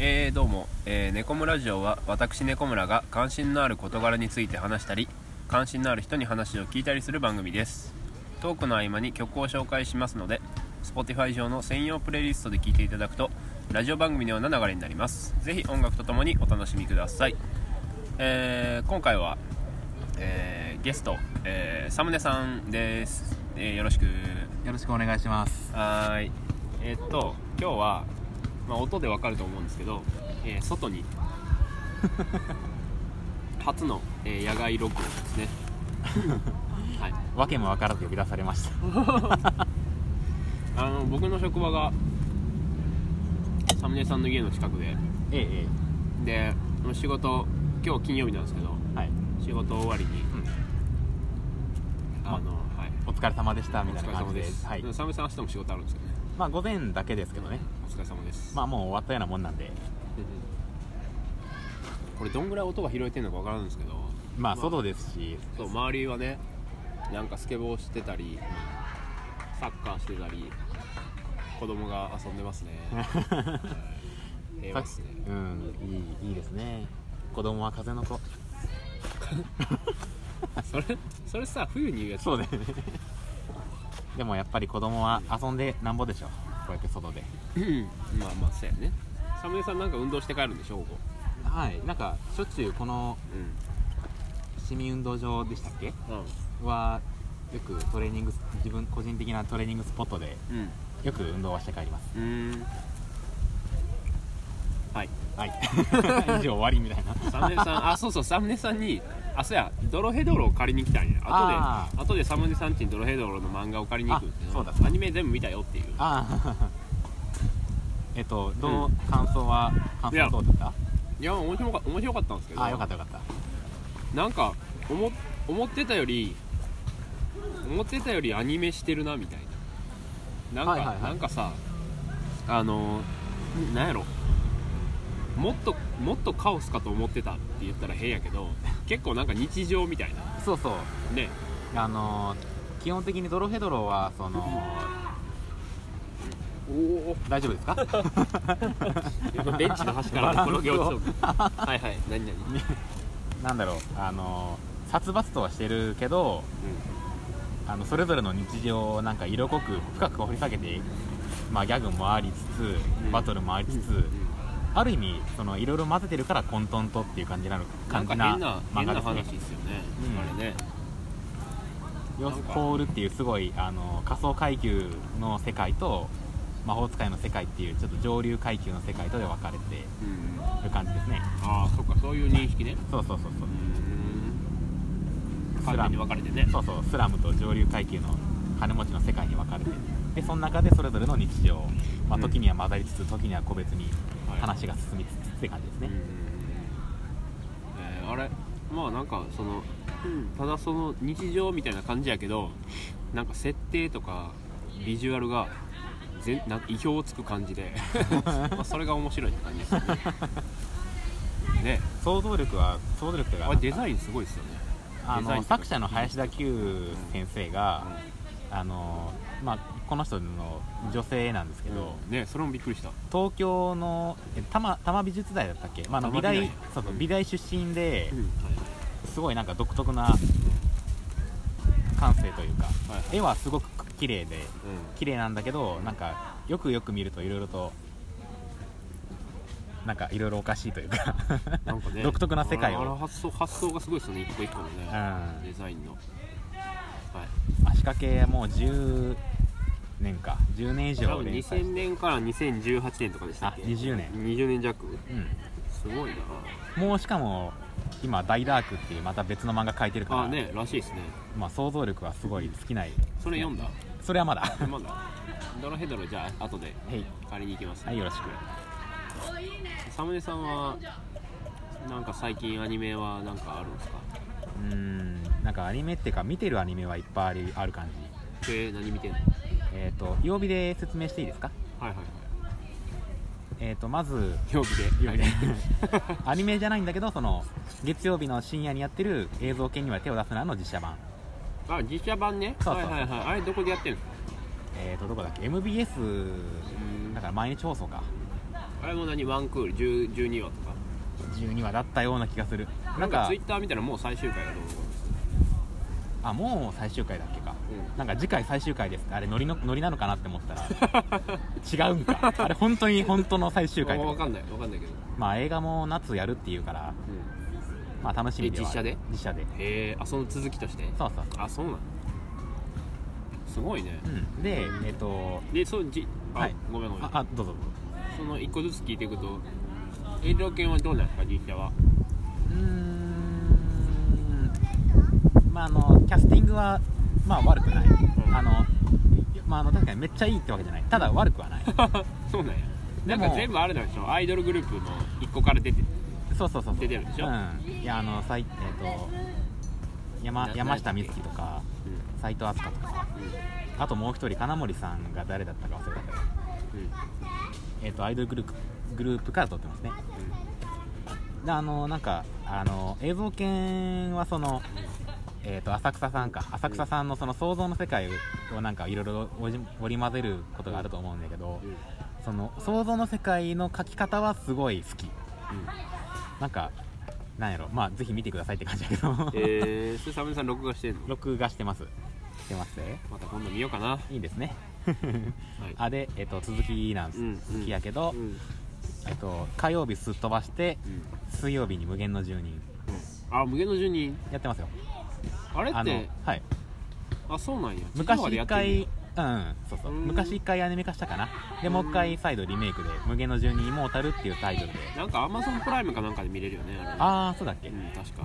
えー、どうも、えー、猫村ジオは私猫村が関心のある事柄について話したり関心のある人に話を聞いたりする番組ですトークの合間に曲を紹介しますので Spotify 上の専用プレイリストで聴いていただくとラジオ番組のような流れになりますぜひ音楽とともにお楽しみください、えー、今回は、えー、ゲスト、えー、サムネさんです、えー、よろしくよろしくお願いしますはーいえーっと今日は、まあ、音でわかると思うんですけど、えー外に 初の、えー野外録音ですね はいわけもわからず呼び出されましたあの僕の職場がサムネさんの家の近くでええで仕事今日金曜日なんですけどえはい、仕事終わりにうん、あの、はいお疲れ様でしたおみたい疲なれ感様じでです、はいでもサムネさん明日も仕事あるんですよねまあ午前だけですけどねお疲れ様です、まあもう終わったようなもんなんでこれどんぐらい音が拾えてるのかわからないんですけどまあ外ですし、そう周りはねなんかスケボーしてたりサッカーしてたり子供が遊んでますね はい平和っすねうんいいいいですね子供は風の子それそれさ冬に言うやつそうだよね でもやっぱり子供は遊んでなんぼでしょこうやって外でうんまあまあそうやねサムネさんなんか運動して帰るんでしょ午後はいなんかしょっちゅうこのう市民運動場でしたっけんはよくトレーニング自分個人的なトレーニングスポットでうんよく運動はして帰りますうんんはいはい 以上終わりみたいなサムネさん あそうそうサムネさんにあそうやドロヘドロを借りに来たんやあ後で後でサムネさんちにドロヘドロの漫画を借りに行くんですよあそうだそうだアニメ全部見たよっていうああ えっとどう、感想は感いや想どうだったいや面白か面白かったんですけどああよかったよかったなんか思思ってたより思ってたよりアニメしてるなみたいななんか、はいはいはいなんかさあのんなんやろもっともっとカオスかと思ってたって言ったら変やけど結構なんか日常みたいなそうそうねあのー基本的にドロヘドロはそのおお大丈夫です かベンチの端から転げ落ちそうはいはい何何うんなんだろうあのー殺伐とはしてるけどあのそれぞれの日常をなんか色濃く深く掘り下げてまあギャグもありつうんつバトルもありつつ、ある意味そのいろいろ混ぜてるから混沌とっていう感じなのな感んじか変なな漫変画なですね話ですよね、うんあれねヨスコールっていうすごいあの仮想階級の世界と魔法使いの世界っていうちょっと上流階級の世界とで分かれていうんる感じですねああそっかそういう認識ねそうそうそうそう完全に分かれてねそうそうスラムと上流階級の金持ちの世界に分かれてでその中でそれぞれの日常、まあ、うん時には混ざりつつ時には個別にはい話が進みつつって感じですうね、んえーあれまあなんかその、ただその日常みたいな感じやけどなんか設定とかビジュアルがぜなんか意表をつく感じでまあそれが面白いって感じですよねね想像力は想像力というかあれデザインすごいですよねあデザインのとか作者の林田久先生が、あのまあ、この人の女性なんですけけどど、ねそれもびっくりした東京のえ多摩多摩美術大だったっけ、まあ、あの多美摩美大大そうそううん美大出身でうんはいすごいなんか独特な感性というかはいはい絵はすごく綺麗でう綺麗なんだけどなんかよくよく見るといろいろとなんかいろいろおかしいというかんなんかね独特な世界をあらあら発想発想がすごいですよね一個一個のね、 うんまデザインのはいあ仕掛けもう10年か10年以多上分連載し2000て年から2018年とかでしたっあけ20年20年弱うすごいなんもうしかも今「大ダーク」っていうまた別の漫画描いてるからああねらしいですねまあ、想像力はすごい好きないそれ読んだそれはま だまだドロヘドロじゃあ後ではい借りに行きます、はいよろしくサムネさんはなんか最近アニメはなんかあるんですかうーんなんかアニメっていうか見てるアニメはいっぱいあるある感じえー、何見てんのえっ、と曜日で説明していいですかはいはいはいえっ、とまず曜日で曜日でアニメじゃないんだけどその月曜日の深夜にやってる映像系には手を出すなの実写版 あ実写版ねそうそうそうはいはいはいあれどこでやってるんですかえっ、とどこだっけ MBS うーんだから毎日放送かあれも何ワンクール10 12話とか12話だったような気がするななんんかかツイッター見たらもう最終回がどうのこあもう最終回だっけかうのなんか次回最終回ですってあれノリのノリなのかなって思ったら違うんかあれ本当に本当の最終回ってわこわかとんないわかんないけど、まあ映画も夏やるっていうからまあ楽しみではあるえ実写で実写でへえあその続きとしてそうそうあそうなのすごいねそう、うん、でえっ、とでそうじあ、はいごめんごめあんあどうぞどうぞその一個ずつ聞いていくと映像犬はどうなんですか実写はうーんまああのキャスティングはまあ悪くないあのまああの確かにめっちゃいいってわけじゃないただ悪くはない そうなんやでなもんか全部あれなんでしょアイドルグループの一個から出てるそうそうそうそう出てるでしょうんいやあのさいえっ、と山な山下美月とかうん斎藤飛鳥とかあともう一人金森さんが誰だったか忘れたけどうんうんえっ、とアイドルグループグループから撮ってますねであのなんかあの映像犬はそのえー、と浅草さんか浅草さんのその想像の世界をなんかいろいろ織り織り交ぜることがあると思うんだけどうんその想像の世界の描き方はすごい好きなんかなんやろまあぜひ見てくださいって感じだけど えー、それサメさん録画してんの録画してますしてますねまた今度見ようかな、はいいですねあで、えっと続きなんです、うんうん続きやけど、うんえっと、火曜日すっ飛ばしてうん水曜日に無限の住人あ無限の住人やってますよあれあっのて、はい、あそうなんや昔地上波でや一ってんの回うんそうそううん昔一回アニメ化したかなでもう一回再度リメイクで「無限の住人イモータル」っていうタイトルでなんかアマゾンプライムかなんかで見れるよねあれねああそうだっけうん確か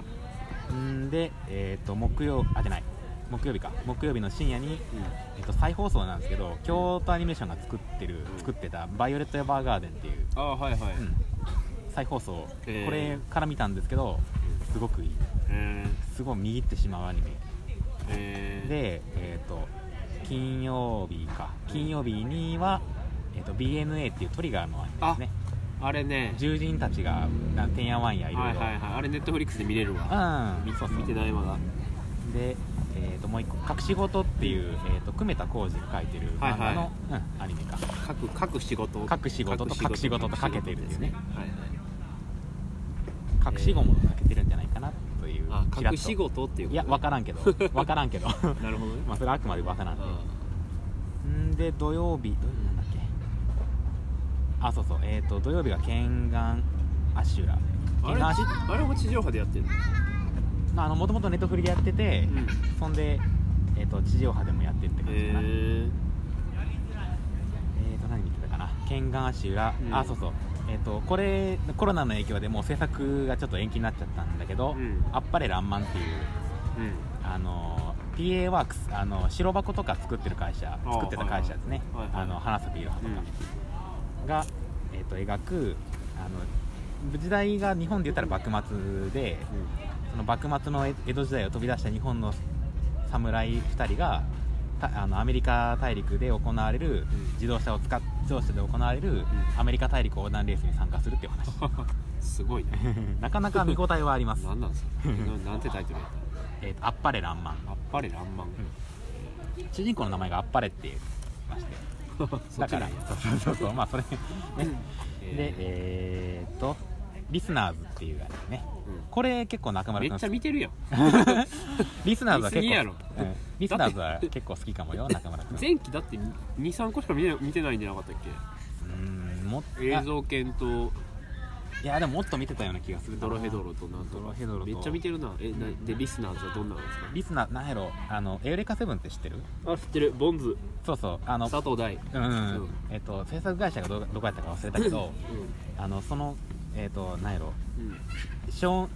うんでえっ、と木曜あじゃない木曜日か木曜日の深夜に、えっと再放送なんですけど京都アニメーションが作ってるうん作ってた「バイオレット・エヴァーガーデン」っていう、ああはいはい、うん、再放送こへーれから見たんですけどすごくいいえすごい見入ってしまうアニメー、えー、でえっ、と金曜日か金曜日には、えっと BNA っていうトリガーのアニメですねあれね獣人たちがなてんやわんやいろはいいろはいはいあれネットフリックスで見れるわうん見そうそう見てないまだはで、えー、ともう一個「隠し事」っていう、えー、と久米田浩二が書いてる漫画の、はうん、アニメか各各仕事を各仕事と各各仕事とかけてるっていうねはいはい隠し子もかけてるんじゃないかなというあちらっ各と仕事っていういや分からんけど分からんけど なるほどねまあそれはあくまで噂なんでんで土曜日土曜日なんだっけあそうそうえっ、と土曜日が剣眼アシュラあ剣れ眼アシュあれも地上波でやってるのまああのもともとネットフリでやってて、うんそんで、えー、と地上波でもやってって感じかな、ええーと何見てたかな剣眼足裏、うんあそうそうえっ、とこれコロナの影響でもう制作がちょっと延期になっちゃったんだけど、うんあっぱれらんまんっていうー、うんあの PA ワークスあの白箱とか作ってる会社あー作ってた会社ですねはいはいあの花咲いろはとかが、えー、と描くあの時代が日本で言ったら幕末でその幕末の江戸時代を飛び出した日本の侍2人がたあのアメリカ大陸で行われるうん自動車を使っ自動車で行われるアメリカ大陸横断レースに参加するっていう 話うんすごいねなかなか見応えはありますなんなんすかななんてタイトルやっえーとあっぱれらんまんたあっぱれらんまん主人公の名前があっぱれって言いましてそだっちかならんやそうそうそう そうまあそれねでええーっとリスナーズっていうやつねーうんこれ結構中村め君っちゃ見てるやんリスナーズは見すぎ結構やろうんリスナーズは結構好きかもよ中村君前期だって23個しか見てない見てないんじゃなかったっうんもっとけ映像犬といやでももっと見てたような気がするなドロヘドロとなんとドかロヘドロとめっちゃ見てるなえなでリスナーズはどんなのですかリスナーなんやろあのエウレカセブンって知ってるあ知ってるボンズそうそうあの佐藤大うん、うんえっと制作会社がどどこやったか忘れたけどあのそのえっとなんやろうんうん少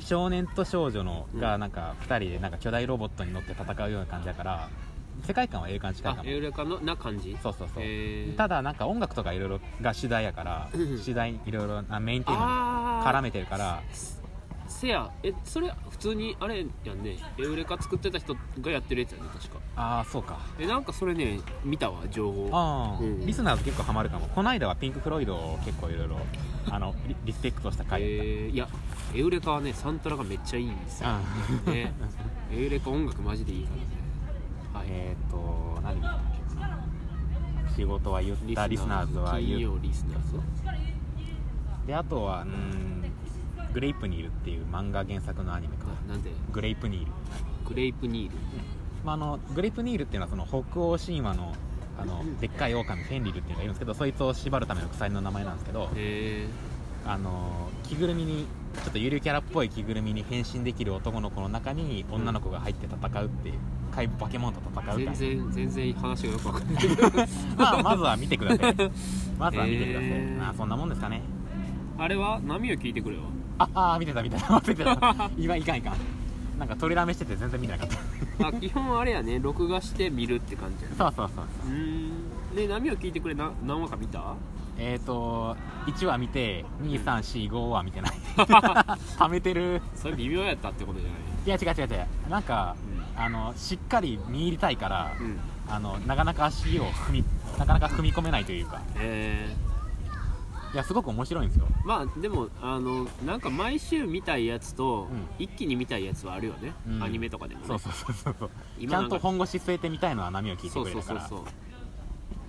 少年と少女のうがんなんか2人でなんか巨大ロボットに乗って戦うような感じだから世界観は映画に近いあかもエウレカのな感じそうそうそう、えーただなんか音楽とかいろいろが主題やからうん主題いろいろなメインテーマにあ絡めめてるからせやえそれ普通にあれやんねエウレカ作ってた人がやってるやつやね確かああそうかえなんかそれね見たわ情報ああ、うんリスナーズ結構ハマるかもこの間はピンク・フロイドを結構いろいろあの リリスペクトしたえ回だっーいやエウレカはねサントラがめっちゃいいんですた、よ、うんねエウレカ音楽マジでいいからねはい、えっと何見たっけかな仕事は言っリスナたーズリスナーズは金言っ曜リスナーズであとはうん「グレイプニール」っていう漫画原作のアニメかなあなんでグレイプニール、グレイプニールまあ、あのグレイプニールっていうのはその北欧神話のあのでっかい狼フェンリルっていうのがいるんですけどそいつを縛るための鎖の名前なんですけどへえあの着ぐるみにちょっとゆるキャラっぽい着ぐるみに変身できる男の子の中に女の子が入って戦うっていう怪物化け物と戦うみたい全な然全然話がよくわかんないまあまずは見てくだ さいまずは見てください、えーまあそんなもんですかねあれは波を聞いてくれよああー見てた見てた 忘 れてた今いかんいかんなんか取りだめしてて全然見てなかったあ基本あれやね録画して見るって感じやねそうそうそううーんで波を聞いてくれな何話か見たえっ、ー、と1話見て2345は見てない貯めてるそれ微妙やったってことじゃないいや違う違う違うなんかあのしっかり見入りたいから、うんあのなかなか足を踏みなかなか踏み込めないというかえーいやすごく面白いんですよまあでもあのなんか毎週見たいやつと、うん一気に見たいやつはあるよね、うんアニメとかでもねそうそうそうそうそうち今ゃなんんとか本腰据えてみたいのは波を聞いてそうくそれうたかそうらそう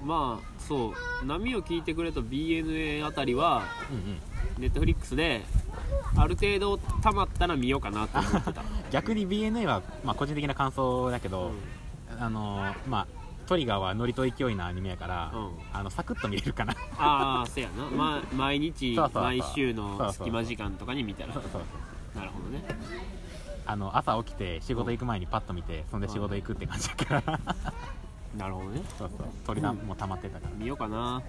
まあそう波を聞いてくれと BNA あたりはうんうんネットフリックスである程度たまったら見ようかなと思って た、逆に BNA は、まあ、個人的な感想だけど、あのーまあトリガーはノリと勢いのアニメやから、うんあのサクッと見れ るかなああそうやな、ま、毎日そうそうそう毎週の隙間時間とかに見たらそうそうなるほどねあの朝起きて仕事行く前にパッと見て、そんで仕事行くって感じ だからなるほどねそうそう鳥だも溜まってたから、見ようかな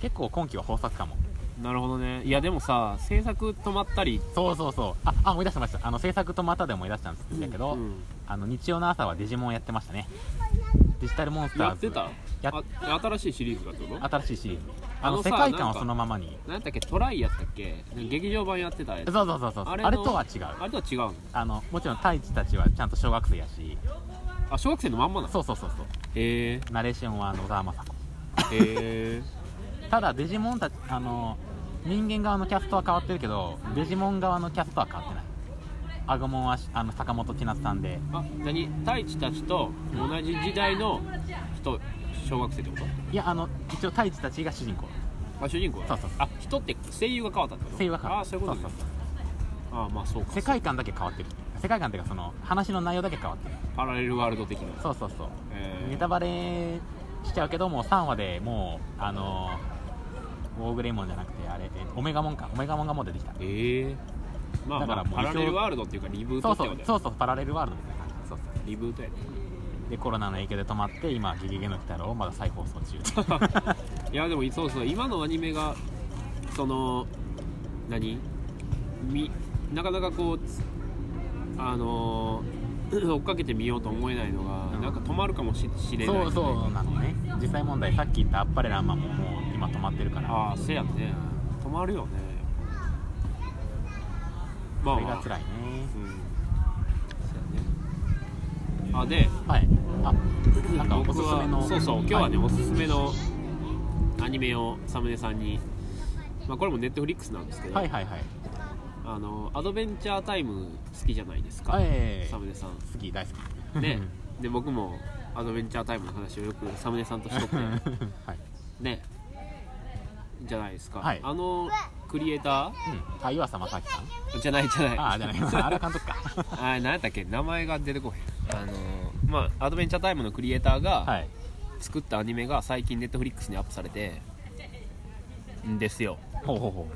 結構今期は豊作かもなるほどねいやでもさ制作止まったりそうそうそうああ思い出してましたあの制作とまたで思い出したんですけど、うんあの日曜の朝はデジモンやってましたねデジタルモンスターズやってたやっあ新しいシリーズだってこと新しいシリーズああののさ世界観なんはかそのままに何やったっけトライやったっけ劇場版やってたやつそうそうそうそうああれれのとは違うあれとは違うのあのもちろん太一たちはちゃんと小学生やしあ小学生のまんまなのそうそうそうそうへえナレーションはあの小沢雅へ子えただデジモンたちあの人間側のキャストは変わってるけどデジモン側のキャストは変わってないアゴモンはしあの坂本千夏さんであ何太一たちと同じ時代の人小学生ってこいやあの一応太一たちが主人公とあ主人公はそうそうそうあ人って声優が変わったってこと声優は変わあそういうことねそうそうあまあそうか世界観だけ変わってる世界観っていうかその話の内容だけ変わってるパラレルワールド的なそうそうそうえーネタバレしちゃうけどもう3話でもうあのウォーグレイモンじゃなくてあれえオメガモンかオメガモンがもう出てきたええまあだまあからもうパラレルワールドっていうかリブートそうってことそうだよそうそうパラレルワールドみたいな感じそうそうリブートやねでコロナの影響で止まって今「ゲゲゲの鬼太郎」まだ再放送中いやでもそうそう今のアニメがその何みなかなかこうつあのー 追っかけてみようと思えないのが、うんなんか止まるかもしれないそうそうなのね実際問題さっき言ったアッパレラーマンももう今止まってるからああせやんね止まるよねまそあれまがあ辛いねうんせやねあではいあなんかお僕すすめのはそうそう今日はね、いおすすめのアニメをサムネさんに、まあ、これもネットフリックスなんですけど、はいはいはいあのアドベンチャータイム好きじゃないですか、はいサムネさん好き大好き、ね で僕もアドベンチャータイムの話をよくサムネさんとしとってはい、ねじゃないですか、はいあのクリエイタうん、あ岩佐正明さんーじゃないじゃないああ じゃないあれは監督かあ何やったっけ名前が出てこへんあのまあアドベンチャータイムのクリエイターがはい作ったアニメが最近ネットフリックスにアップされてんですよほうほうほ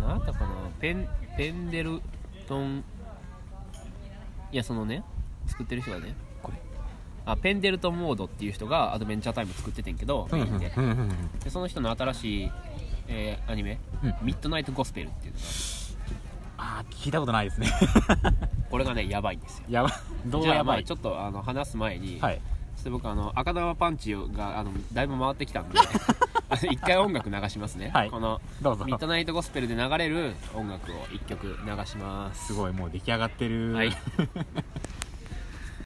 何やったかなペンペンデルトンいやそのね作ってる人がねこれあペンデルトンモードっていう人がアドベンチャータイム作っててんけどうメインでうんうんうんでその人の新しい、えーアニメ、うんミッドナイトゴスペル」っていうのがああ聞いたことないですね これがねやばいんですよやばどうじゃあやまばあいちょっとあの話す前に、はいちょっと僕あの赤玉パンチがあのだいぶ回ってきた んであの一回音楽流しますね、はいこのどうぞミッドナイトゴスペルで流れる音楽を一曲流しますすごいもう出来上がってる、はい